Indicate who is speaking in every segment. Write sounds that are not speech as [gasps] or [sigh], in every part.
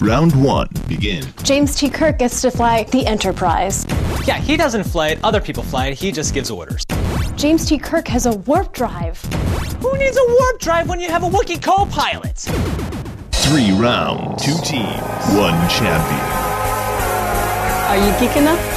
Speaker 1: Round one, begin.
Speaker 2: James T. Kirk gets to fly the Enterprise.
Speaker 3: Yeah, he doesn't fly it, other people fly it, he just gives orders.
Speaker 2: James T. Kirk has a warp drive.
Speaker 3: Who needs a warp drive when you have a Wookiee co pilot?
Speaker 1: Three round, two teams, one champion.
Speaker 4: Are you geek enough?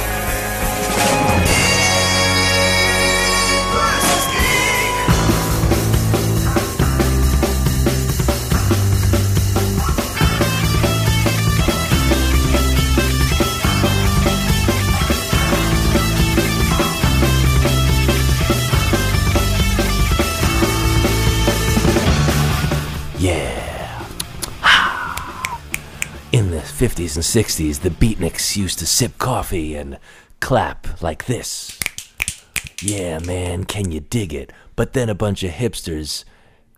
Speaker 5: Yeah. In the 50s and 60s, the beatniks used to sip coffee and clap like this. Yeah, man, can you dig it? But then a bunch of hipsters,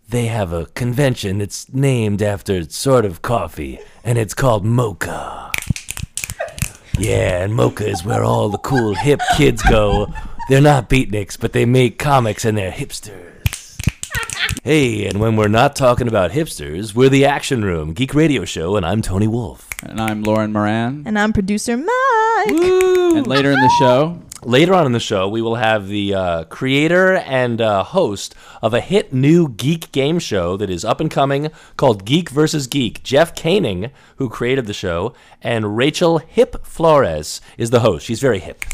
Speaker 5: they have a convention that's named after sort of coffee, and it's called mocha. Yeah, and mocha is where all the cool hip kids go. They're not beatniks, but they make comics and they're hipsters. Hey, and when we're not talking about hipsters, we're the Action Room Geek Radio Show, and I'm Tony Wolf.
Speaker 6: And I'm Lauren Moran.
Speaker 7: And I'm producer Mike.
Speaker 6: And later in the show,
Speaker 5: Later on in the show, we will have the uh, creator and uh, host of a hit new geek game show that is up and coming called Geek vs. Geek. Jeff Koenig, who created the show, and Rachel Hip Flores is the host. She's very hip.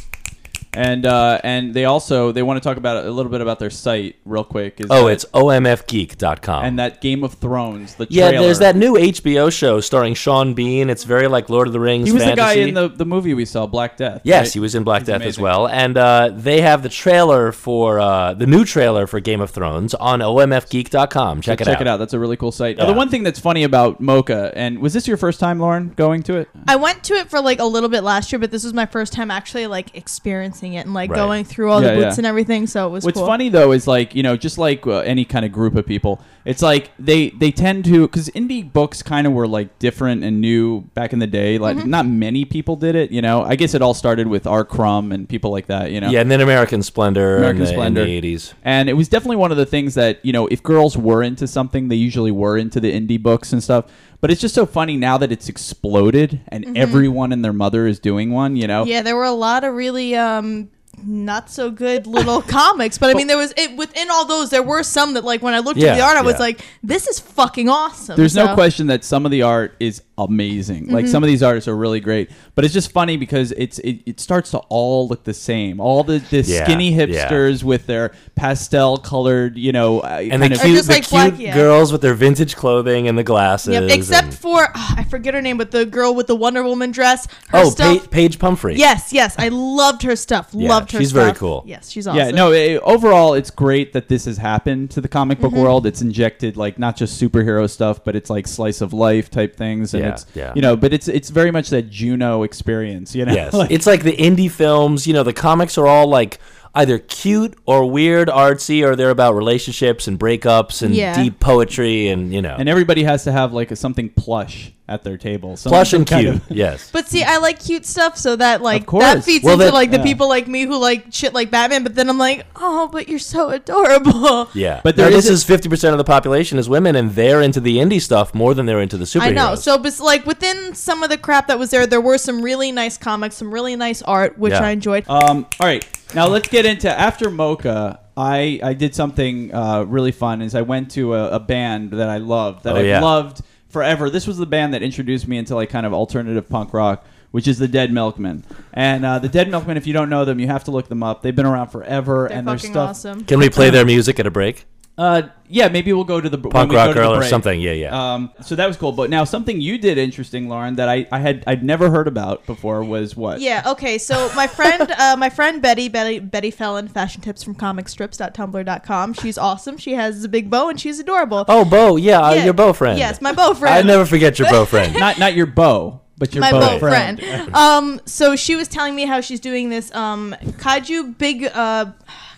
Speaker 6: and uh, and they also they want to talk about a little bit about their site real quick. Is
Speaker 5: Oh,
Speaker 6: that-
Speaker 5: it's omfgeek.com.
Speaker 6: and that Game of Thrones. The
Speaker 5: yeah,
Speaker 6: trailer.
Speaker 5: there's that new HBO show starring Sean Bean. It's very like Lord of the Rings.
Speaker 6: He was the guy
Speaker 5: fantasy.
Speaker 6: in the, the movie we saw, Black Death.
Speaker 5: Yes,
Speaker 6: right?
Speaker 5: he was in Black
Speaker 6: He's
Speaker 5: Death as
Speaker 6: amazing.
Speaker 5: well, and uh, they have the trailer for uh, the new trailer for Game of Thrones on omfgeek.com. Check it
Speaker 6: Check
Speaker 5: out.
Speaker 6: it out. That's a really cool site. Now,
Speaker 5: Yeah.
Speaker 6: the one thing that's funny about Mocha, and was this your first time, Lauren, going to it?
Speaker 7: I went to it for like a little bit last year, but this was my first time actually like experiencing it and like
Speaker 5: Right.
Speaker 7: going through all
Speaker 6: Yeah,
Speaker 7: the booths
Speaker 6: yeah.
Speaker 7: and everything. So it was
Speaker 6: What's
Speaker 7: cool.
Speaker 6: funny though is like you know just like uh, any kind of group of people, it's like they they tend to because indie books kind of were like different and new back in the day. Like not many people did it. You know, I guess it all started with R. Crumb and people like that. You know,
Speaker 5: Yeah, and then American Splendor,
Speaker 6: American
Speaker 5: in, the,
Speaker 6: Splendor.
Speaker 5: in the 80s.
Speaker 6: And it was definitely one of the things that, you know, if girls were into something, they usually were into the indie books and stuff. But it's just so funny now that it's exploded and everyone and their mother is doing one, you know?
Speaker 7: Yeah, there were a lot of really um not so good little comics, but I mean there was it within all those there were some that like when I looked
Speaker 5: Yeah,
Speaker 7: at the art I
Speaker 5: yeah.
Speaker 7: was like this is fucking awesome.
Speaker 6: There's no
Speaker 7: So-
Speaker 6: question that some of the art is amazing. Like some of these artists are really great, but it's just funny because it's it, it starts to all look the same. All the, the
Speaker 5: Yeah,
Speaker 6: skinny
Speaker 5: yeah.
Speaker 6: hipsters with their pastel colored, you know, uh,
Speaker 5: And
Speaker 6: kind
Speaker 5: the
Speaker 6: of
Speaker 5: cute,
Speaker 7: just
Speaker 5: the
Speaker 7: like
Speaker 5: cute
Speaker 7: black, yeah.
Speaker 5: girls with their vintage clothing and the glasses.
Speaker 7: Yep, except
Speaker 5: and-
Speaker 7: for ah, I forget her name, but the girl with the Wonder Woman dress. Her
Speaker 5: oh,
Speaker 7: stuff.
Speaker 5: pa- Paige Pumphrey.
Speaker 7: yes, yes, I loved her stuff.
Speaker 5: Yeah,
Speaker 7: loved her.
Speaker 5: she's very
Speaker 7: stuff.
Speaker 5: cool.
Speaker 7: Yes, she's awesome.
Speaker 6: Yeah, no, it, overall, it's great that this has happened to the comic book world. It's injected, like, not just superhero stuff, but it's like slice of life type things. And
Speaker 5: Yeah,
Speaker 6: it's,
Speaker 5: yeah.
Speaker 6: you know, but it's it's very much that Juno experience, you know?
Speaker 5: Yes.
Speaker 6: [laughs] Like,
Speaker 5: it's like the indie films, you know, the comics are all like either cute or weird, artsy, or they're about relationships and breakups and
Speaker 7: Yeah.
Speaker 5: deep poetry and, you know,
Speaker 6: and everybody has to have, like, something plush at their table. Some-
Speaker 5: plush
Speaker 6: some
Speaker 5: and
Speaker 6: kind
Speaker 5: cute.
Speaker 6: of-
Speaker 5: yes.
Speaker 7: But see, I like cute stuff, so that like
Speaker 6: course.
Speaker 7: that feeds
Speaker 5: Well,
Speaker 7: into
Speaker 5: that-
Speaker 7: like the
Speaker 6: yeah.
Speaker 7: people like me who like shit like Batman. But then I'm like, oh, but you're so adorable.
Speaker 5: Yeah,
Speaker 6: But
Speaker 5: but there
Speaker 6: there
Speaker 5: this
Speaker 6: is a-
Speaker 5: is fifty percent of the population is women, and they're into the indie stuff more than they're into the superheroes.
Speaker 7: I know. So, but like within some of the crap that was there, there were some really nice comics, some really nice art, which
Speaker 5: Yeah.
Speaker 7: I enjoyed.
Speaker 6: Um, all right, now let's get into after Mocha. I I did something uh, really fun. Is I went to a, a band that I loved that
Speaker 5: Oh,
Speaker 6: I've
Speaker 5: yeah.
Speaker 6: loved forever. This was the band that introduced me into like kind of alternative punk rock. Which is the Dead Milkmen, and uh, the Dead Milkmen. If you don't know them, you have to look them up. They've been around forever,
Speaker 7: They're
Speaker 6: and their
Speaker 7: fucking
Speaker 6: stuff.
Speaker 7: awesome.
Speaker 5: Can we play their music at a break?
Speaker 6: Uh, yeah, maybe we'll go to the when
Speaker 5: Punk
Speaker 6: we go
Speaker 5: rock
Speaker 6: to the
Speaker 5: girl or
Speaker 6: break.
Speaker 5: something. Yeah, yeah.
Speaker 6: Um, so that was cool. But now something you did interesting, Lauren, that I, I had I'd never heard about before was what?
Speaker 7: Yeah. Okay. So my friend, uh, my friend Betty, Betty, Betty Fallon, fashion tips from comicstrips.tumblr.com. She's awesome. She has a big bow and she's adorable.
Speaker 5: oh, Bo. Yeah, uh,
Speaker 7: Yeah.
Speaker 5: your Bo friend.
Speaker 7: Yes, my bow friend.
Speaker 5: I never forget your Bo
Speaker 7: [laughs]
Speaker 5: friend.
Speaker 6: Not not your bow, but your
Speaker 7: my
Speaker 6: bow,
Speaker 7: bow
Speaker 6: friend. [laughs]
Speaker 7: friend. um, so she was telling me how she's doing this um, kaiju big uh,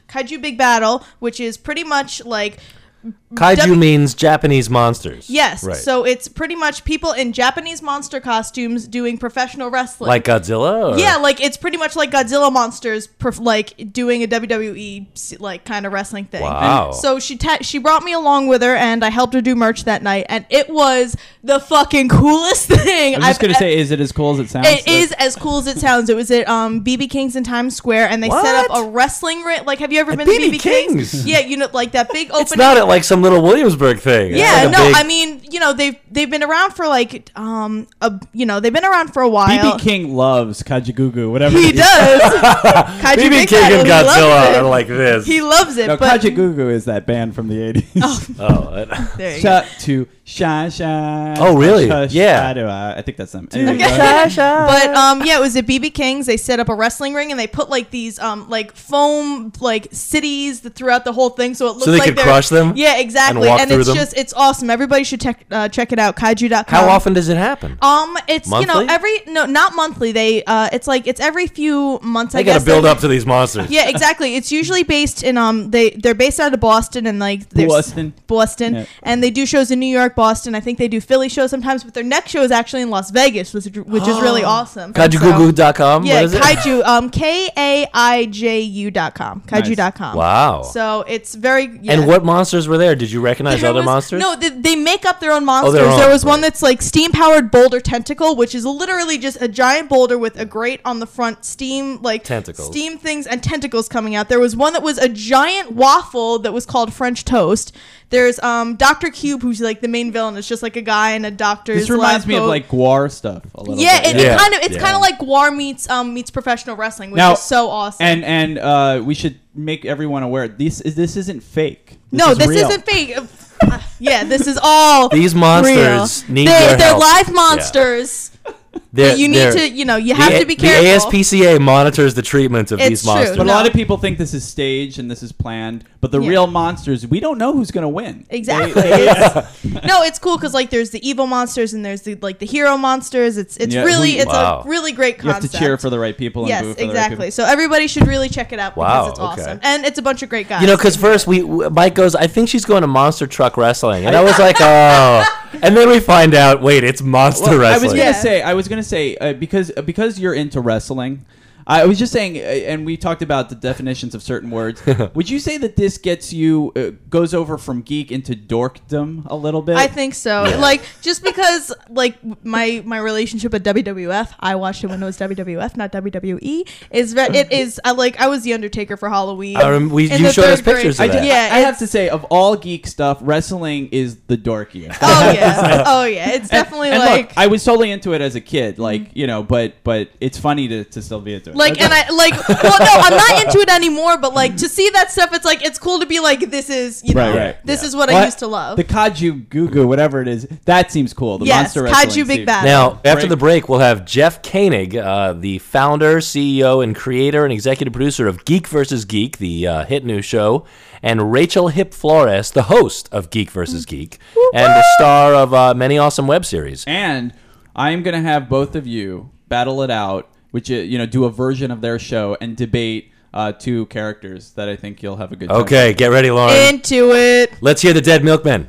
Speaker 7: kaiju big battle, which is pretty much like
Speaker 5: Kaiju
Speaker 7: W-
Speaker 5: means Japanese monsters.
Speaker 7: Yes.
Speaker 5: Right.
Speaker 7: So it's pretty much people in Japanese monster costumes doing professional wrestling.
Speaker 5: like uh, Godzilla. Or?
Speaker 7: yeah, like it's pretty much like Godzilla monsters, perf- like doing a WWE like kind of wrestling thing.
Speaker 5: Wow.
Speaker 7: So she ta- she brought me along with her, and I helped her do merch that night, and it was the fucking coolest [laughs] thing.
Speaker 6: I was just
Speaker 7: I've
Speaker 6: gonna say, is it as cool as it sounds?
Speaker 7: It is as cool as it sounds. It was at um, BB King's in Times Square, and they set
Speaker 5: What?
Speaker 7: up a wrestling ring. Like, have you ever
Speaker 5: At
Speaker 7: been to
Speaker 5: BB
Speaker 7: BB King's?
Speaker 5: King's?
Speaker 7: Yeah, you know, like that big opening.
Speaker 5: It's not at like some little Williamsburg thing. It's
Speaker 7: Yeah,
Speaker 5: like a
Speaker 7: no,
Speaker 5: big-
Speaker 7: I mean, you know, they've they've been around for like um a, you know, they've been around for a while.
Speaker 6: BB King loves Kajagoogoo, whatever.
Speaker 7: He
Speaker 6: it
Speaker 5: [laughs]
Speaker 6: is.
Speaker 7: does. Kaiju
Speaker 5: BB
Speaker 7: Big
Speaker 5: King
Speaker 7: Daddy
Speaker 5: and
Speaker 7: loves
Speaker 5: Godzilla
Speaker 7: it.
Speaker 5: are like this.
Speaker 7: He loves it,
Speaker 6: No,
Speaker 7: but
Speaker 6: Kajagoogoo is that band from the '80s. [laughs]
Speaker 7: [laughs]
Speaker 5: oh, I-
Speaker 7: there you go.
Speaker 6: Shut to shy shy.
Speaker 5: Oh, really?
Speaker 6: Hush,
Speaker 5: Yeah.
Speaker 6: shy do I. I think that's them. Anyway,
Speaker 5: Okay.
Speaker 6: go ahead.
Speaker 7: But
Speaker 5: Uh.
Speaker 7: um yeah, it was at BB King's. They set up a wrestling ring and they put like these um like foam like cities th- throughout the whole thing, so it looks
Speaker 5: they
Speaker 7: like
Speaker 5: could
Speaker 7: they're-
Speaker 5: crush them
Speaker 7: Yeah, exactly.
Speaker 5: walk
Speaker 7: And,
Speaker 5: through
Speaker 7: it's
Speaker 5: them?
Speaker 7: just it's awesome. Everybody should check uh, check it out. Kaiju.com.
Speaker 5: How often does it happen?
Speaker 7: Um, it's you
Speaker 5: Monthly?
Speaker 7: know every no not monthly. They uh, it's like it's every few months.
Speaker 5: They
Speaker 7: I
Speaker 5: got
Speaker 7: guess
Speaker 5: to build
Speaker 7: Like-
Speaker 5: up to these monsters.
Speaker 7: Yeah, exactly. It's usually based in um they they're based out of Boston and like there's-
Speaker 6: Boston.
Speaker 7: Boston,
Speaker 6: Yeah.
Speaker 7: and they do shows in New York, Boston. I think they do Philly shows sometimes, but their next show is actually in Las Vegas, which, which is
Speaker 6: [gasps]
Speaker 7: really awesome. So-
Speaker 5: Kaijugoo.com.
Speaker 7: Yeah,
Speaker 5: what is it?
Speaker 7: kaiju. Um, K A I J U dot com. Kaiju dot com.
Speaker 5: Wow.
Speaker 7: So it's very. yeah.
Speaker 5: And what monsters were there? Did you recognize
Speaker 7: There
Speaker 5: other
Speaker 7: was-
Speaker 5: monsters?
Speaker 7: No, they, they make up their own
Speaker 5: Oh,
Speaker 7: monsters.
Speaker 5: their own,
Speaker 7: there was one
Speaker 5: right.
Speaker 7: that's like steam powered boulder tentacle, which is literally just a giant boulder with a grate on the front, steam like
Speaker 5: Tentacles.
Speaker 7: steam things and tentacles coming out. There was one that was a giant waffle that was called French toast. There's um Doctor Cube, who's like the main villain. It's just like a guy in a doctor's.
Speaker 6: This reminds
Speaker 7: lab
Speaker 6: me of
Speaker 7: coat.
Speaker 6: like Guar stuff a little
Speaker 7: Yeah,
Speaker 6: bit.
Speaker 7: it,
Speaker 5: Yeah.
Speaker 7: it kind of it's
Speaker 5: Yeah.
Speaker 7: kind of like Guar meets um meets professional wrestling, which
Speaker 6: Now-
Speaker 7: is so awesome.
Speaker 6: and and uh, we should make everyone aware this is this isn't fake.
Speaker 7: no, this
Speaker 6: real.
Speaker 7: isn't fake. [laughs] Uh, yeah, this is all
Speaker 5: [laughs] These monsters
Speaker 7: real.
Speaker 5: need
Speaker 7: they're,
Speaker 5: your
Speaker 7: they're
Speaker 5: help.
Speaker 7: live monsters.
Speaker 5: They're-
Speaker 7: But you need
Speaker 5: they're-
Speaker 7: to, you know, you
Speaker 5: the
Speaker 7: have
Speaker 5: A-
Speaker 7: to be careful.
Speaker 5: The ASPCA monitors the treatment of
Speaker 7: It's
Speaker 5: these
Speaker 7: true.
Speaker 5: monsters.
Speaker 6: But a
Speaker 7: No.
Speaker 6: lot of people think this is staged and this is planned. But the
Speaker 7: Yeah.
Speaker 6: real monsters, we don't know who's gonna win.
Speaker 5: [laughs]
Speaker 7: exactly. [laughs] It's- no, it's cool because like there's the evil monsters and there's the like the hero monsters. It's it's
Speaker 6: Yeah,
Speaker 7: really
Speaker 6: we-
Speaker 7: it's
Speaker 5: Wow.
Speaker 7: a really great
Speaker 6: You have
Speaker 7: concept.
Speaker 6: to cheer for the right people. And boo
Speaker 7: yes,
Speaker 6: for The right
Speaker 7: exactly.
Speaker 6: people.
Speaker 7: So everybody should really check it out
Speaker 5: Wow,
Speaker 7: because it's
Speaker 5: okay.
Speaker 7: awesome and it's a bunch of great guys.
Speaker 5: You know, because first we w- Mike goes, I think she's going to monster truck wrestling, and I was
Speaker 7: [laughs]
Speaker 5: like, oh. And then we find out, wait, it's monster
Speaker 6: Well, I was
Speaker 5: wrestling.
Speaker 6: gonna
Speaker 7: Yeah.
Speaker 6: say, I was gonna say uh, because because you're into wrestling. I was just saying, uh, and we talked about the definitions of
Speaker 5: [laughs]
Speaker 6: certain words. Would you say that this gets you uh, goes over from geek into dorkdom a little bit?
Speaker 7: I think so. Like just because like my my relationship with WWF, I watched it when it was WWF, not WWE. Is ve- it is I like I was the Undertaker for Halloween.
Speaker 5: I rem- we-
Speaker 7: in
Speaker 5: you
Speaker 7: the
Speaker 5: showed us
Speaker 7: third grade.
Speaker 5: pictures
Speaker 6: I,
Speaker 5: of
Speaker 6: did,
Speaker 5: that.
Speaker 7: Yeah,
Speaker 6: I have
Speaker 7: it's-
Speaker 6: to say, of all geek stuff, wrestling is
Speaker 7: [laughs]
Speaker 6: the dorkiest.
Speaker 7: Oh
Speaker 6: [laughs]
Speaker 7: yeah, oh yeah. It's definitely
Speaker 6: and
Speaker 7: like Mm-hmm.
Speaker 6: look, I was totally into it as a kid, like you know, but but it's funny to, to still be into it.
Speaker 7: Like
Speaker 6: [laughs]
Speaker 7: and I like well no I'm not into it anymore but like to see that stuff it's like it's cool to be like this is you know
Speaker 6: Right, right.
Speaker 7: this is what I
Speaker 6: What?
Speaker 7: used to love
Speaker 6: the Kaju Gugu, whatever it is, that seems cool. The
Speaker 7: yes
Speaker 6: monster wrestling
Speaker 7: Kaiju Big
Speaker 6: seems-
Speaker 7: Bad
Speaker 5: Now, after
Speaker 6: Break.
Speaker 5: the break, we'll have Jeff Koenig, uh, the founder, CEO, and creator and executive producer of Geek vs. Geek, the uh, hit new show, and Rachel Hip Flores, the host of Geek vs. Geek, and the star of uh, many awesome web series.
Speaker 6: And I'm gonna have both of you battle it out, which uh, you know, do a version of their show and debate uh, two characters that I think you'll have a good time.
Speaker 5: Okay, get ready, Lauren.
Speaker 7: into it
Speaker 5: Let's hear the Dead Milkmen.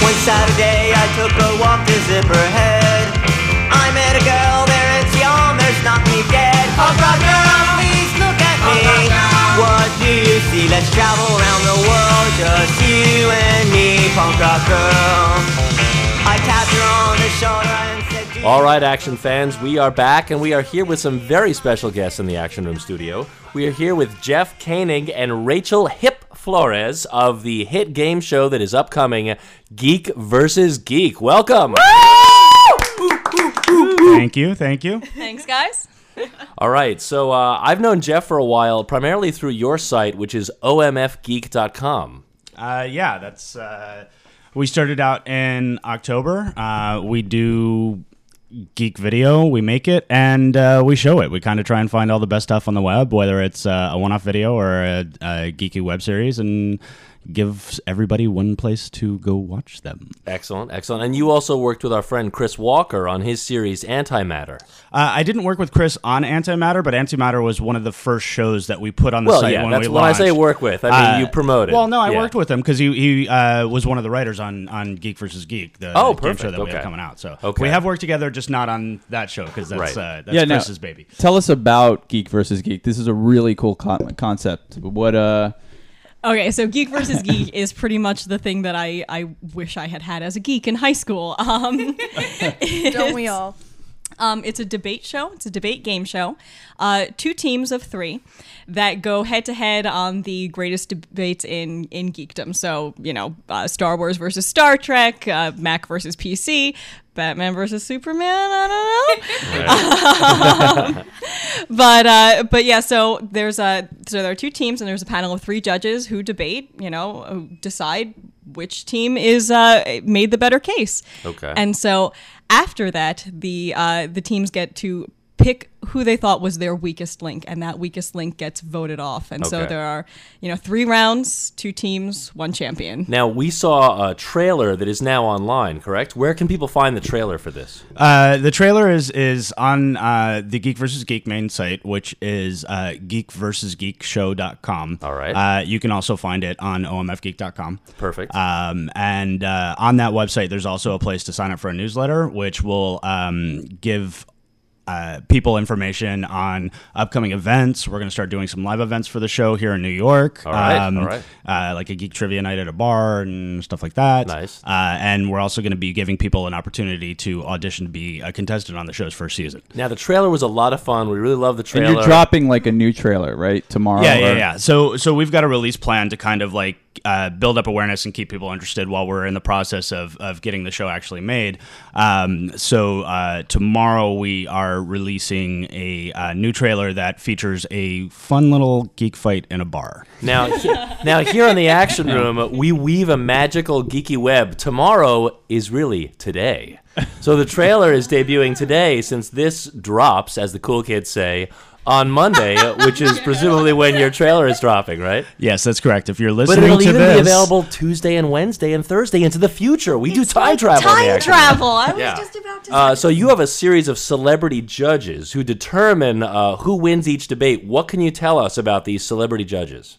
Speaker 8: One Saturday I took a walk to Zipperhead. I met a girl there, it's yawn, there's not me dead. Oh, God, girl, please look at me. What do you see? Let's travel around the world, just you and me, punk rock girl. I tapped her on the shoulder and said, "Do you
Speaker 5: All right, action fans, we are back, and we are here with some very special guests in the Action Room studio. We are here with Jeff Koenig and Rachel Hip Flores of the hit game show that is upcoming, Geek versus Geek. Welcome.
Speaker 9: Thank you, thank you.
Speaker 10: Thanks, guys.
Speaker 5: All right, so uh, I've known Jeff for a while, primarily through your site, which is omfgeek.com.
Speaker 9: Uh, yeah, that's. Uh, we started out in October. Uh, we do geek video. We make it and uh, we show it. We kind of try and find all the best stuff on the web, whether it's uh, a one off video or a, a geeky web series, and give everybody one place to go watch them.
Speaker 5: Excellent, excellent. And you also worked with our friend Chris Walker on his series Antimatter.
Speaker 9: Uh, I didn't work with Chris on Antimatter, but Antimatter was one of the first shows that we put on the
Speaker 5: Well,
Speaker 9: site
Speaker 5: yeah,
Speaker 9: when
Speaker 5: that's
Speaker 9: we
Speaker 5: when I
Speaker 9: launched.
Speaker 5: say work with. I mean,
Speaker 9: Uh,
Speaker 5: you promoted.
Speaker 9: Well, no, I
Speaker 5: Yeah.
Speaker 9: worked with him because he, he uh, was one of the writers on, on Geek versus Geek, the
Speaker 5: Oh,
Speaker 9: game show
Speaker 5: perfect.
Speaker 9: that we
Speaker 5: Okay.
Speaker 9: have coming out. So
Speaker 5: Okay.
Speaker 9: we have worked together, just not on that show because that's,
Speaker 5: Right.
Speaker 9: uh, that's
Speaker 6: Yeah, no.
Speaker 9: Chris's baby.
Speaker 6: Tell us about Geek versus Geek. This is a really cool con- concept. What uh
Speaker 4: Okay, so geek versus geek [laughs] is pretty much the thing that I, I wish I had had as a geek in high school. [laughs] Um,
Speaker 7: [laughs] Don't we all?
Speaker 4: Um, it's a debate show. It's a debate game show. Uh, two teams of three that go head to head on the greatest debates in in geekdom. So you know, uh, Star Wars versus Star Trek, uh, Mac versus PC, Batman versus Superman. I don't know.
Speaker 9: [laughs]
Speaker 4: but uh, but yeah, so there's a so there are two teams and there's a panel of three judges who debate, you know, who decide which team is uh, made the better case.
Speaker 5: Okay.
Speaker 4: And so after that, the uh, the teams get to pick who they thought was their weakest link, and that weakest link gets voted off. And so
Speaker 5: Okay.
Speaker 4: there are you know three rounds, two teams, one champion.
Speaker 5: Now we saw a trailer that is now online. Correct? Where can people find the trailer for this?
Speaker 9: Uh, the trailer is is on uh, the Geek versus Geek main site, which is uh, geekversusgeekshow.com.
Speaker 5: All right.
Speaker 9: Uh, you can also find it on omfgeek.com.
Speaker 5: Perfect.
Speaker 9: Um, and uh, on that website, there's also a place to sign up for a newsletter, which will um, give uh, people information on upcoming events. We're going to start doing some live events for the show here in New York.
Speaker 5: All right, all right.
Speaker 9: Uh, like a geek trivia night at a bar and stuff like that.
Speaker 5: Nice.
Speaker 9: Uh, and we're also going to be giving people an opportunity to audition to be a contestant on the show's first season.
Speaker 5: now the trailer was a lot of fun. We really love the trailer.
Speaker 6: and you're dropping like a new trailer, right? Tomorrow.
Speaker 9: Yeah, yeah,
Speaker 6: or-
Speaker 9: yeah. So, so we've got a release plan to kind of like uh, build up awareness and keep people interested while we're in the process of, of getting the show actually made. Um, so uh, tomorrow we are releasing a uh, new trailer that features a fun little geek fight in a bar. [laughs]
Speaker 5: Now, he- now here on the Action Room, we weave a magical geeky web. Tomorrow is really today. So the trailer is debuting today, since this drops, as the cool kids say, on Monday, which is presumably when your trailer is dropping, right?
Speaker 9: Yes, that's correct. If you're
Speaker 5: But
Speaker 9: listening
Speaker 5: it'll
Speaker 9: to
Speaker 5: even
Speaker 9: this,
Speaker 5: be available Tuesday and Wednesday and Thursday into the future. We do time travel. on the
Speaker 7: Time
Speaker 5: Action Room.
Speaker 7: travel. I was
Speaker 5: Yeah.
Speaker 7: just about to.
Speaker 5: Uh, so you have a series of celebrity judges who determine uh, who wins each debate. What can you tell us about these celebrity judges?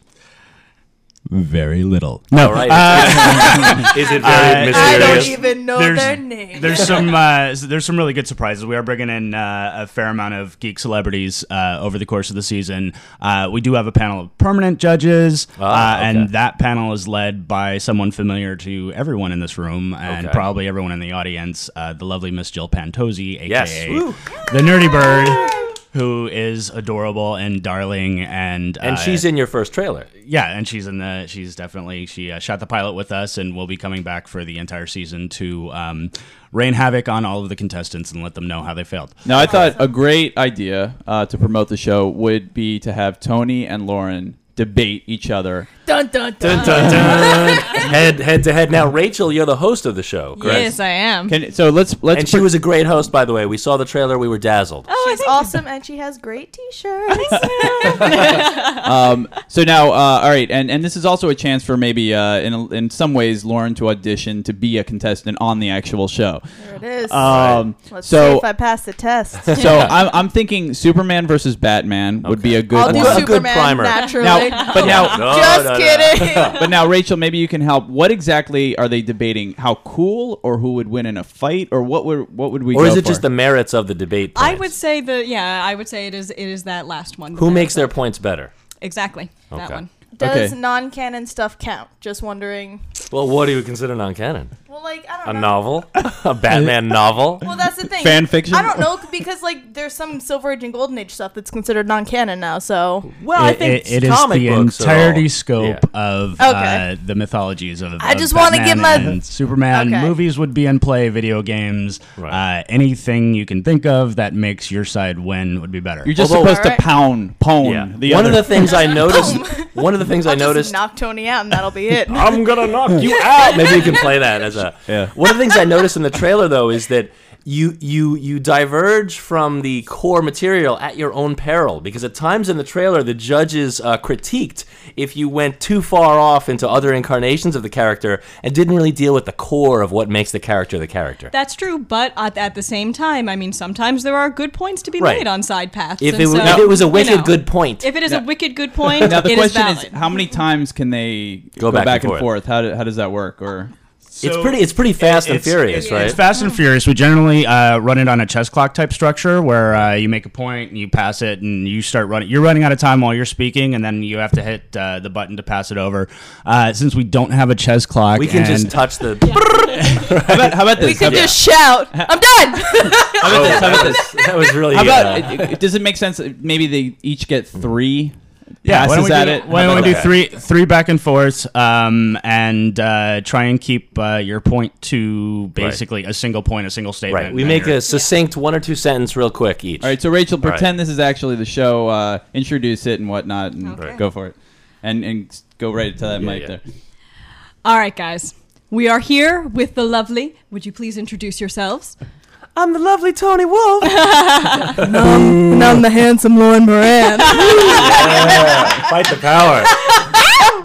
Speaker 9: very little. No,
Speaker 5: All right. [laughs] is it
Speaker 9: Uh,
Speaker 5: very
Speaker 7: I don't
Speaker 5: mysterious?
Speaker 7: even know
Speaker 9: There's-
Speaker 7: their [laughs] name.
Speaker 9: there's some uh, s- there's some really good surprises. We are bringing in uh, a fair amount of geek celebrities uh, over the course of the season. Uh, we do have a panel of permanent judges,
Speaker 5: Ah,
Speaker 9: uh,
Speaker 5: okay.
Speaker 9: and that panel is led by someone familiar to everyone in this room and
Speaker 5: Okay.
Speaker 9: probably everyone in the audience. Uh, the lovely Miss Jill Pantosi, aka
Speaker 5: Yes. Woo.
Speaker 9: the Nerdy Bird, who is adorable and darling, and
Speaker 5: And
Speaker 9: uh,
Speaker 5: she's in your first trailer.
Speaker 9: yeah, and she's in the she's definitely she uh, shot the pilot with us, and will be coming back for the entire season to um, rain havoc on all of the contestants and let them know how they failed.
Speaker 6: Now I thought a great idea uh, to promote the show would be to have Tony and Lauren debate each other.
Speaker 7: Dun dun dun.
Speaker 5: head head to head. Now, Rachel, you're the host of the show, correct?
Speaker 4: Yes, I am.
Speaker 6: Can so let's let's
Speaker 5: And she
Speaker 6: pre-
Speaker 5: was a great host, by the way. We saw the trailer; we were dazzled.
Speaker 4: oh, I
Speaker 7: She's
Speaker 4: think-
Speaker 7: awesome, and she has great T-shirts.
Speaker 6: So now, uh, all right, and, and this is also a chance for maybe, uh, in in some ways, Lauren to audition to be a contestant on the actual show.
Speaker 7: there it is.
Speaker 6: Um,
Speaker 7: Let's see
Speaker 6: so
Speaker 7: if I pass the test.
Speaker 6: [laughs] so I'm, I'm thinking Superman versus Batman would be a good
Speaker 7: I'll do
Speaker 5: Well, a
Speaker 6: one.
Speaker 5: good
Speaker 7: Superman
Speaker 5: primer.
Speaker 7: naturally.
Speaker 6: Now, [laughs] but now,
Speaker 5: No,
Speaker 7: [laughs] just
Speaker 5: no, no.
Speaker 7: kidding.
Speaker 6: [laughs] but now, Rachel, maybe you can help. What exactly are they debating? How cool, or who would win in a fight, or what would what would we?
Speaker 5: Or
Speaker 6: go
Speaker 5: is it
Speaker 6: for?
Speaker 5: just the merits of the debate?
Speaker 4: I
Speaker 5: points?
Speaker 4: would say the yeah. I would say it is it is that last one.
Speaker 5: Who makes their points better?
Speaker 4: exactly that
Speaker 5: Okay.
Speaker 4: one?
Speaker 7: Does
Speaker 6: Okay.
Speaker 7: non-canon stuff count? Just wondering.
Speaker 5: Well, what do you consider non-canon?
Speaker 7: Well, like I
Speaker 5: A
Speaker 7: don't know.
Speaker 5: novel, [laughs] a Batman novel.
Speaker 7: Well, that's the thing.
Speaker 6: Fan fiction?
Speaker 7: I don't know because like there's some Silver Age and Golden Age stuff that's considered non-canon now. So
Speaker 5: Well, I think
Speaker 9: it is
Speaker 5: comic
Speaker 9: the
Speaker 5: books are all-
Speaker 9: entirety scope
Speaker 5: Yeah.
Speaker 9: of
Speaker 7: Okay.
Speaker 9: uh, the mythologies of.
Speaker 7: I
Speaker 9: of
Speaker 7: just wanna
Speaker 9: Batman
Speaker 7: get my-
Speaker 9: and Superman
Speaker 7: Okay.
Speaker 9: movies would be in play, video games,
Speaker 5: Right.
Speaker 9: uh, anything you can think of that makes your side win would be better.
Speaker 6: You're just
Speaker 5: Although-
Speaker 6: supposed to
Speaker 7: Alright.
Speaker 6: pound, pone.
Speaker 5: Yeah.
Speaker 6: The
Speaker 5: one
Speaker 6: other.
Speaker 5: of the things
Speaker 4: [laughs] Oh
Speaker 5: I noticed. one of the things I
Speaker 7: I'll just
Speaker 5: noticed.
Speaker 7: knock Tony out, and that'll be [laughs] it.
Speaker 4: [laughs]
Speaker 5: I'm gonna knock you out. Maybe you can play that as a.
Speaker 6: Yeah.
Speaker 5: One of the things I noticed in the trailer though is that you you you diverge from the core material at your own peril because at times in the trailer the judges uh, critiqued if you went too far off into other incarnations of the character and didn't really deal with the core of what makes the character the character.
Speaker 4: That's true, but at, at the same time, I mean, sometimes there are good points to be
Speaker 5: Right.
Speaker 4: made on side paths.
Speaker 5: if
Speaker 4: and
Speaker 5: it, was,
Speaker 4: so,
Speaker 5: if it was a
Speaker 4: you
Speaker 5: wicked
Speaker 4: know,
Speaker 5: good point,
Speaker 4: If it is a wicked good point,
Speaker 6: Now the
Speaker 4: it is
Speaker 6: question is,
Speaker 4: valid.
Speaker 6: how many times can they go, back, and, forth? How, do, how does that work? Or
Speaker 5: it's
Speaker 9: So-
Speaker 5: pretty it's pretty fast and
Speaker 9: It's-
Speaker 5: furious,
Speaker 9: it's-
Speaker 5: right?
Speaker 9: It's Fast and Furious. We generally uh, run it on a chess clock type structure where uh, you make a point, you pass it, and you start running. You're running out of time while you're speaking, and then you have to hit uh, the button to pass it over. Uh, since we don't have a chess clock,
Speaker 5: we can just
Speaker 9: and-
Speaker 5: touch the.
Speaker 6: how about, how about this?
Speaker 7: We could
Speaker 6: how
Speaker 7: just shout, "I'm done."
Speaker 6: [laughs] about this? How about this?
Speaker 5: [laughs] that was really.
Speaker 6: How
Speaker 5: uh,
Speaker 6: about? it- it- Does it make sense? that Maybe they each get three.
Speaker 9: yeah. Why don't
Speaker 6: passes
Speaker 9: we do,
Speaker 6: at it?
Speaker 9: Why
Speaker 6: How
Speaker 9: don't we
Speaker 6: about
Speaker 9: do
Speaker 6: that?
Speaker 9: three three back and forths, um, and uh, try and keep uh, your point to basically a single point, a single statement.
Speaker 5: right, we
Speaker 9: and
Speaker 5: make
Speaker 9: you're-
Speaker 5: a succinct one or two sentence real quick each.
Speaker 6: All right, so Rachel,
Speaker 5: right.
Speaker 6: pretend this is actually the show. Uh, introduce it and whatnot, and go for it, and and s- go right to that mic
Speaker 5: yeah.
Speaker 6: there.
Speaker 4: All right, guys. We are here with the lovely. Would you please introduce yourselves?
Speaker 5: I'm the lovely Tony
Speaker 4: [laughs]
Speaker 5: Wolf.
Speaker 7: and I'm the handsome Lauren
Speaker 4: [laughs]
Speaker 7: Moran.
Speaker 5: Fight the power.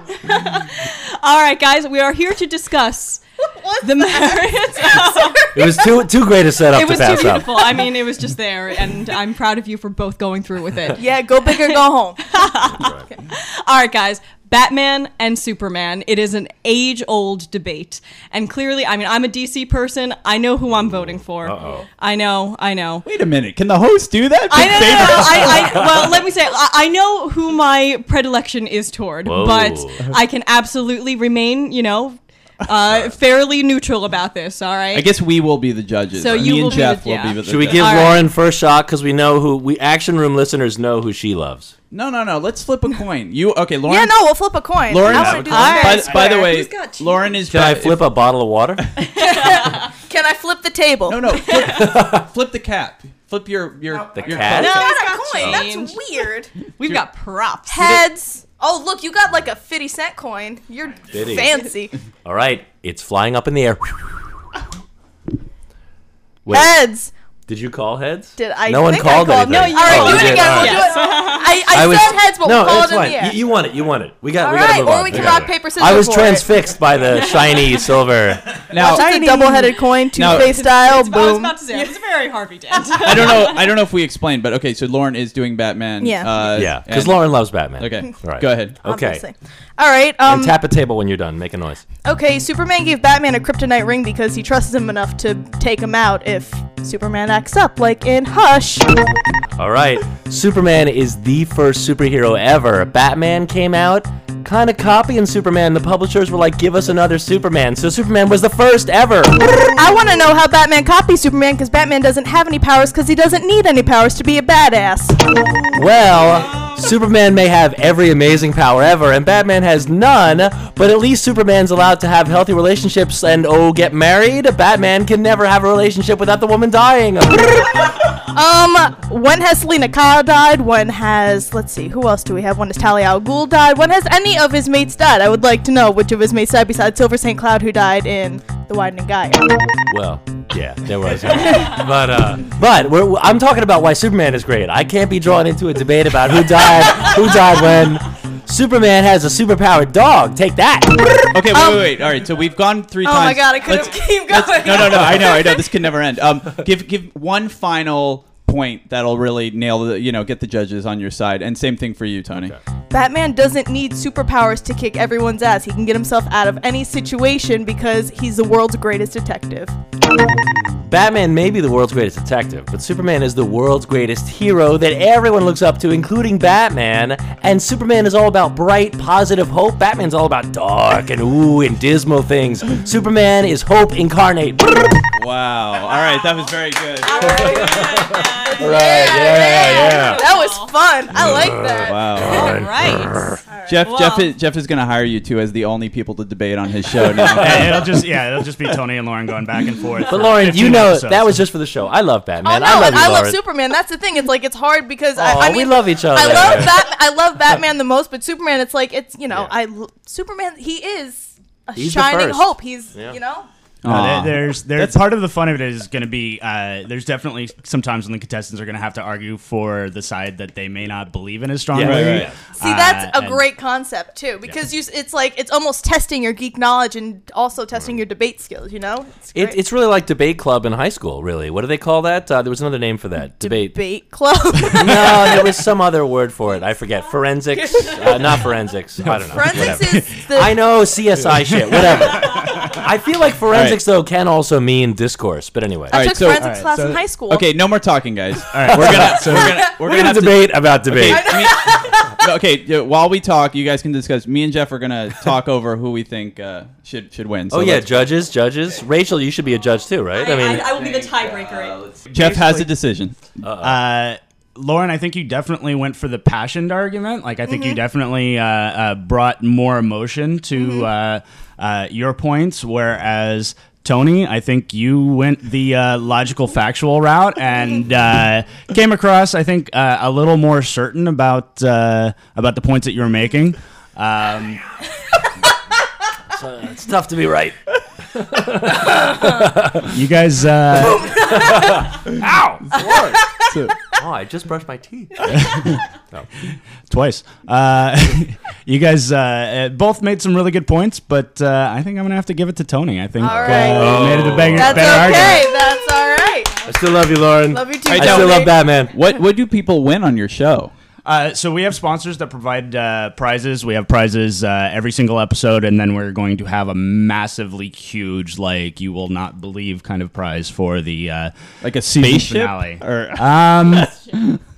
Speaker 4: All right, guys. We are here to
Speaker 7: [laughs]
Speaker 4: discuss the marriage.
Speaker 5: It was too too great a setup
Speaker 4: it was
Speaker 5: to
Speaker 4: too
Speaker 5: pass up.
Speaker 4: beautiful. I mean, it was just there, and I'm proud of you for both going through with it.
Speaker 7: yeah, go big or go home.
Speaker 4: All right, guys. Batman and Superman. It is an age old debate. And clearly, I mean, I'm a DC person. I know who I'm voting for. I know, I know.
Speaker 6: Wait a minute, can the host do that?
Speaker 4: I
Speaker 6: Big
Speaker 4: know, I,
Speaker 6: favor?
Speaker 4: I, [laughs] well, let me say, I, I know who my predilection is toward, but I can absolutely remain, you know,
Speaker 5: [laughs]
Speaker 4: uh, fairly neutral about this, all right?
Speaker 6: I guess we will be the judges. Uh,
Speaker 4: So
Speaker 6: Me
Speaker 4: you
Speaker 6: and
Speaker 4: will be the-
Speaker 6: Jeff will
Speaker 4: yeah.
Speaker 6: be the
Speaker 5: Should we
Speaker 6: judges.
Speaker 5: give
Speaker 4: All right.
Speaker 5: Lauren first shot because we know who we action room listeners know who she loves.
Speaker 6: No, no, no. Let's flip a coin. You okay, Lauren?
Speaker 7: yeah, no, we'll flip a coin.
Speaker 6: Lauren.
Speaker 7: I wanna do
Speaker 6: by-
Speaker 7: this very
Speaker 6: by, by the
Speaker 7: square.
Speaker 6: way,
Speaker 7: Who's got cheese?
Speaker 6: Lauren is.
Speaker 5: Can I flip a bottle of
Speaker 6: [laughs]
Speaker 5: water?
Speaker 7: can I flip the table?
Speaker 6: No, no.
Speaker 5: [laughs]
Speaker 6: Flip, flip the cap. Flip your your
Speaker 5: The
Speaker 6: your
Speaker 5: cap?
Speaker 6: phone.
Speaker 7: That's
Speaker 4: No.
Speaker 7: not a coin.
Speaker 4: Change.
Speaker 7: That's
Speaker 5: [laughs]
Speaker 7: weird.
Speaker 4: We've got props.
Speaker 7: Heads. Oh, look, you got like a 50 cent coin. You're
Speaker 5: Fitty. [laughs]
Speaker 7: fancy.
Speaker 5: All right, it's flying up in the
Speaker 6: [laughs]
Speaker 5: air. Wait,
Speaker 7: Heads.
Speaker 5: did you call heads?
Speaker 7: Did I?
Speaker 5: No one
Speaker 7: think
Speaker 5: called
Speaker 7: I called.
Speaker 5: anything.
Speaker 7: No, you
Speaker 5: Oh,
Speaker 7: All right,
Speaker 5: you
Speaker 7: do
Speaker 5: did.
Speaker 7: it again.
Speaker 5: All
Speaker 7: We'll
Speaker 5: right.
Speaker 7: do
Speaker 5: [laughs]
Speaker 7: it. I, I,
Speaker 5: I was-
Speaker 7: said heads, but
Speaker 5: no,
Speaker 7: we called
Speaker 5: it's
Speaker 7: it in
Speaker 5: fine.
Speaker 7: the air.
Speaker 5: You, you want it. You want it. We got.
Speaker 7: All
Speaker 5: we gotta
Speaker 7: right,
Speaker 5: move
Speaker 7: or
Speaker 5: on.
Speaker 7: we can
Speaker 5: gotta-
Speaker 7: rock, paper,
Speaker 5: I
Speaker 7: scissors
Speaker 5: was
Speaker 7: for it.
Speaker 5: transfixed
Speaker 7: [laughs]
Speaker 5: by the shiny
Speaker 6: [laughs]
Speaker 5: silver.
Speaker 6: Now
Speaker 7: That's a double-headed coin, two-face style.
Speaker 4: I was
Speaker 7: Boom.
Speaker 4: about to say, it was very Harvey Dent.
Speaker 6: I don't know. I don't know if we explained, but okay. So Lauren is doing Batman.
Speaker 7: Yeah.
Speaker 6: Uh,
Speaker 5: Yeah, because
Speaker 6: and-
Speaker 5: Lauren loves Batman.
Speaker 6: Okay.
Speaker 5: All right.
Speaker 6: Go ahead.
Speaker 5: Okay.
Speaker 7: Obviously. All right. Um,
Speaker 5: And tap a table when you're done. Make a noise.
Speaker 7: Okay, Superman gave Batman a kryptonite ring because he trusts him enough to take him out if Superman acts up, like in Hush.
Speaker 5: All right. Superman is the first superhero ever. Batman came out kind of copying Superman. The publishers were like, give us another Superman. So Superman was the first ever.
Speaker 7: I want to know how Batman copies Superman because Batman doesn't have any powers because he doesn't need any powers to be a badass.
Speaker 5: Well, Superman may have every amazing power ever, and Batman has none, but at least Superman's allowed to have healthy relationships and, oh, get married. Batman can never have a relationship without the woman dying.
Speaker 7: Um, one has Selena Kyle died, one has, let's see, who else do we have? One has Talia al Ghul died, one has any of his mates died. I would like to know which of his mates died besides Silver St. Cloud, who died in The Widening Guy.
Speaker 5: Well, yeah, there [laughs] was. but uh, but we're, I'm talking about why Superman is great. I can't be drawn into a debate about who died, who died when. Superman has a superpowered dog. Take that.
Speaker 6: Okay. Wait, wait, wait. All right. So we've gone three
Speaker 7: um, Oh
Speaker 6: times.
Speaker 7: my god, I could
Speaker 6: Let's-
Speaker 7: have [laughs] keep going.
Speaker 6: No, no, no. I know. I know. This can never end. Um, give give one final point that'll really nail the you know get the judges on your side, and same thing for you, Tony.
Speaker 7: Batman doesn't need superpowers to kick everyone's ass. He can get himself out of any situation because he's the world's greatest detective.
Speaker 5: Batman may be the world's greatest detective, but Superman is the world's greatest hero that everyone looks up to, including Batman. And Superman is all about bright, positive hope. Batman's all about dark and ooh and dismal things. Superman is hope incarnate.
Speaker 6: Wow. All right. That was very good.
Speaker 7: That was fun. I like that.
Speaker 6: Wow.
Speaker 4: All right.
Speaker 5: [laughs]
Speaker 6: Jeff Jeff
Speaker 4: Well-
Speaker 6: is, Jeff is gonna hire you two as the only people to debate on his show
Speaker 9: [laughs]
Speaker 6: now.
Speaker 9: Yeah, it'll just yeah, it'll just be Tony and Lauren going back and forth.
Speaker 5: But Lauren, you know that was just for the show. I love Batman.
Speaker 7: oh no,
Speaker 5: I love
Speaker 7: and
Speaker 5: you,
Speaker 7: I
Speaker 5: Lauren.
Speaker 7: love Superman. That's the thing. It's like it's hard because I,
Speaker 5: Aw,
Speaker 7: I
Speaker 5: we
Speaker 7: mean,
Speaker 5: love each
Speaker 7: I
Speaker 5: other. [laughs]
Speaker 7: love Bat- I love Batman the most, but Superman. It's like it's you know I l- Superman. He is a
Speaker 5: He's the
Speaker 7: shining
Speaker 5: first.
Speaker 7: hope. He's you know.
Speaker 9: Uh, there-
Speaker 6: Aw.
Speaker 9: there's there's part of the fun of it is going to be uh, there's definitely sometimes when the contestants are going to have to argue for the side that they may not believe in as strongly.
Speaker 6: Yeah, right, right.
Speaker 7: See, that's
Speaker 9: Uh,
Speaker 7: a
Speaker 9: and-
Speaker 7: great concept too, because you, s- it's like it's almost testing your geek knowledge and also testing your debate skills. You know, it's
Speaker 5: It,
Speaker 7: great.
Speaker 5: it's really like debate club in high school. Really, what do they call that? Uh, there was another name for that. Debate.
Speaker 7: debate club.
Speaker 5: [laughs]
Speaker 7: [laughs]
Speaker 5: no, there was some other word for it. I forget. Forensics, uh, not forensics. I don't know.
Speaker 7: Forensics
Speaker 5: Whatever.
Speaker 7: is the
Speaker 5: I know CSI shit. Whatever. I feel like forensics though can also mean discourse. But anyway,
Speaker 7: I
Speaker 6: All right,
Speaker 7: took
Speaker 6: so-
Speaker 7: forensics
Speaker 6: all right,
Speaker 7: class
Speaker 6: so-
Speaker 7: in high school.
Speaker 6: Okay, no more talking, guys. All
Speaker 9: right.
Speaker 6: we're gonna we're gonna
Speaker 5: we're
Speaker 6: we're
Speaker 5: gonna
Speaker 6: gonna have to
Speaker 5: debate about debate.
Speaker 6: No, okay, yeah, while we talk, you guys can discuss. Me and Jeff are gonna talk over who we think uh, should should win. So
Speaker 5: oh yeah,
Speaker 6: let's-
Speaker 5: judges, judges. Rachel, you should be a judge too, right?
Speaker 4: I, I, I will be the tiebreaker.
Speaker 6: Jeff has a decision.
Speaker 9: Uh, Lauren, I think you definitely went for the passioned argument. Like, I think you definitely uh, uh, brought more emotion to uh, uh, your points, whereas. Tony, I think you went the uh, logical, factual route and uh, came across, I think, uh, a little more certain about uh, about the points that you were making. Um,
Speaker 5: it's tough to be right.
Speaker 9: you guys, uh,
Speaker 5: Oh, I just brushed my teeth. Oh.
Speaker 9: twice, uh, [laughs] you guys uh, uh, both made some really good points, but uh, I think I'm gonna have to give it to Tony. I think
Speaker 7: All right.
Speaker 9: uh, made it a banger,
Speaker 7: That's
Speaker 9: better argument.
Speaker 7: okay. That's all right.
Speaker 5: I still love you, Lauren.
Speaker 7: Love you too.
Speaker 5: I still
Speaker 7: Tony.
Speaker 5: love Batman.
Speaker 6: What what do people win on your show?
Speaker 9: Uh, so we have sponsors that provide uh, prizes. We have prizes uh, every single episode, and then we're going to have a massively huge, like you will not believe, kind of prize for the uh,
Speaker 6: Like a
Speaker 9: season
Speaker 6: spaceship?
Speaker 9: finale.
Speaker 6: Or
Speaker 9: um,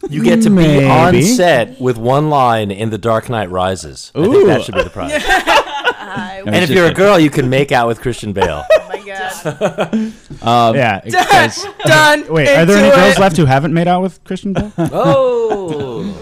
Speaker 5: You get to be on
Speaker 9: Maybe.
Speaker 5: set with one line in The Dark Knight Rises. I think that should be the prize. And if you're a girl, you can make out with Christian Bale.
Speaker 7: Oh
Speaker 4: [laughs]
Speaker 7: my god.
Speaker 9: [laughs] yeah. it says-
Speaker 7: [laughs] Done.
Speaker 9: wait, are there any
Speaker 7: Into
Speaker 9: girls
Speaker 7: it.
Speaker 9: left who haven't made out with
Speaker 5: [laughs]
Speaker 9: Christian Bale?
Speaker 5: oh,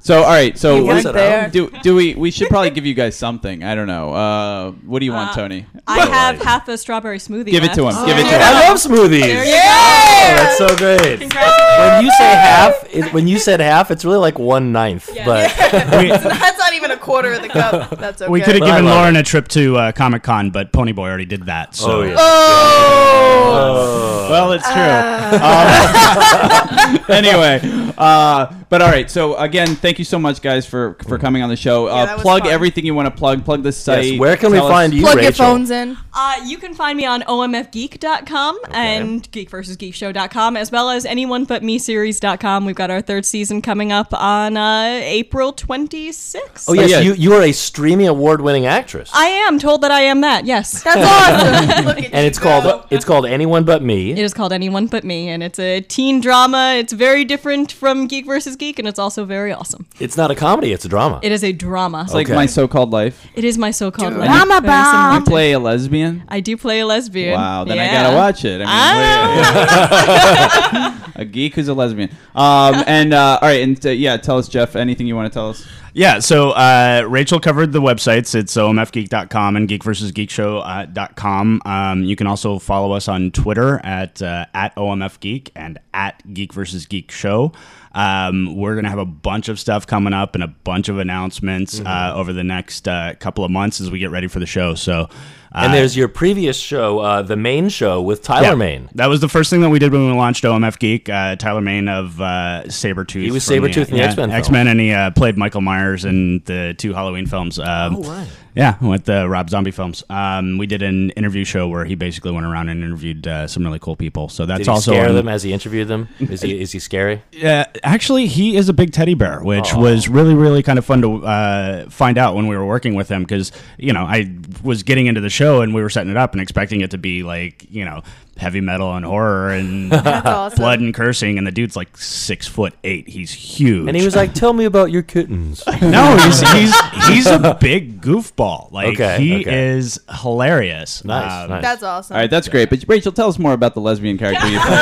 Speaker 6: So all right, so
Speaker 7: You weren't
Speaker 6: we-
Speaker 7: there.
Speaker 6: do do we we should probably give you guys something? I don't know. Uh, what do you want, Tony?
Speaker 4: I have half a strawberry smoothie.
Speaker 6: Give it to
Speaker 4: left.
Speaker 6: him. Give it to him. [laughs]
Speaker 5: I love
Speaker 7: Oh,
Speaker 5: smoothies.
Speaker 7: Yeah.
Speaker 5: Oh, That's so great. When you say half, it, when you said half, it's really like one ninth. But
Speaker 9: we
Speaker 7: That's not even a quarter of the cup. That's okay.
Speaker 9: we could have
Speaker 5: I
Speaker 9: given
Speaker 5: love
Speaker 9: Lauren a trip to uh, Comic Con, but Ponyboy already did that. So.
Speaker 7: [laughs]
Speaker 5: oh yeah.
Speaker 7: Oh.
Speaker 6: Well, it's true. Um, anyway, uh, but all right. So again, thank you so much, guys, for for coming on the show. Uh,
Speaker 7: that was
Speaker 6: plug
Speaker 7: fun.
Speaker 6: everything you want to plug. Plug the site.
Speaker 5: Yes, where can we
Speaker 6: Tell us-
Speaker 5: find you,
Speaker 7: Plug
Speaker 5: Rachel?
Speaker 7: your phones in.
Speaker 4: Uh, you can find me on omfgeek.com and geekversusgeekshow.com as well as anyone but me series.com. We've got our third season coming up on uh, April 26th.
Speaker 5: Oh yes,
Speaker 6: yeah.
Speaker 5: you you are a streaming award-winning actress,
Speaker 4: I am told that I am that.
Speaker 7: [laughs]
Speaker 4: Yes.
Speaker 7: That's awesome. Look at
Speaker 5: and
Speaker 7: you
Speaker 5: it's called
Speaker 7: go.
Speaker 5: it's called Anyone But
Speaker 4: It
Speaker 5: Me.
Speaker 4: is called Anyone But Me, and it's a teen drama. It's very different from Geek versus Geek, and it's also very awesome.
Speaker 5: It's not a comedy; it's a drama.
Speaker 4: It is a drama.
Speaker 6: Like
Speaker 5: Okay.
Speaker 6: my so-called life.
Speaker 4: it is my so-called life.
Speaker 7: Drama
Speaker 4: Very similar.
Speaker 6: You play a lesbian.
Speaker 4: I do play a lesbian.
Speaker 6: Wow. Then I
Speaker 4: Yeah. Ah!
Speaker 6: gotta watch it. I mean, what- [laughs] a geek who's a lesbian. Um, and uh, all right, and uh, yeah, tell us, Jeff, anything you want to tell us.
Speaker 9: Yeah, so uh, Rachel covered the websites. It's omfgeek.com and geekversusgeekshow.com. uh, Um, you can also follow us on Twitter at uh, at omfgeek and at geek versus geek show. Um, we're gonna have a bunch of stuff coming up and a bunch of announcements uh, over the next uh, couple of months as we get ready for the show. So, uh,
Speaker 5: And there's your previous show, uh, the main show with Tyler
Speaker 9: yeah.
Speaker 5: Main.
Speaker 9: That was the first thing that we did when we launched OMF Geek. Uh, Tyler Main of uh, Sabretooth.
Speaker 5: He was
Speaker 9: from
Speaker 5: Sabretooth in the X-Men film.
Speaker 9: X Men, and he uh, played Michael Myers in the two Halloween films. Um,
Speaker 5: Oh, right.
Speaker 9: Yeah, with the Rob Zombie films. Um, we did an interview show where he basically went around and interviewed uh, some really cool people. So that's
Speaker 5: Did he
Speaker 9: also
Speaker 5: scare
Speaker 9: on-
Speaker 5: them as he interviewed them? Is he is he scary?
Speaker 9: uh, actually, he is a big teddy bear, which was really, really kind of fun to uh, find out when we were working with him because, you know, I was getting into the show and we were setting it up and expecting it to be like, you know, heavy metal and
Speaker 5: [laughs]
Speaker 9: horror and
Speaker 7: awesome.
Speaker 9: blood and cursing. And the dude's like six foot eight. He's huge.
Speaker 5: And he was like, "Tell me about your kittens."
Speaker 9: [laughs]
Speaker 5: [laughs]
Speaker 9: no, he's, he's, he's a big goofball. Like,
Speaker 5: Okay,
Speaker 9: he
Speaker 5: okay.
Speaker 9: is hilarious. Um,
Speaker 5: Nice, nice.
Speaker 7: That's awesome.
Speaker 6: All right, that's great. But Rachel, tell us more about the lesbian character
Speaker 4: [laughs]
Speaker 6: you play.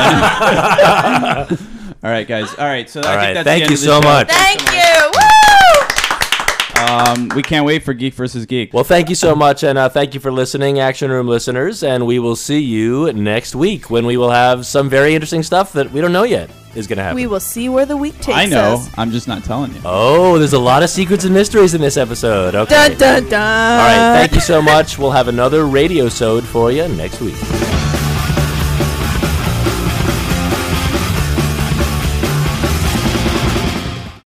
Speaker 6: All right, guys. All right, so I
Speaker 5: All right,
Speaker 6: think
Speaker 5: thank
Speaker 6: that's the end
Speaker 5: you
Speaker 6: of the
Speaker 5: so
Speaker 6: show.
Speaker 5: much.
Speaker 7: Thank you. Woo!
Speaker 6: Um, we can't wait for Geek versus Geek.
Speaker 5: Well, thank you so much, and uh, thank you for listening, Action Room listeners. And we will see you next week when we will have some very interesting stuff that we don't know yet. is going to happen.
Speaker 7: We will see where the week takes
Speaker 6: I know.
Speaker 7: us.
Speaker 6: I'm just not telling you.
Speaker 5: oh, there's a lot of secrets and mysteries in this episode. Okay.
Speaker 7: Dun dun dun.
Speaker 5: All right. Thank you so much. We'll have another radio sode for you next week.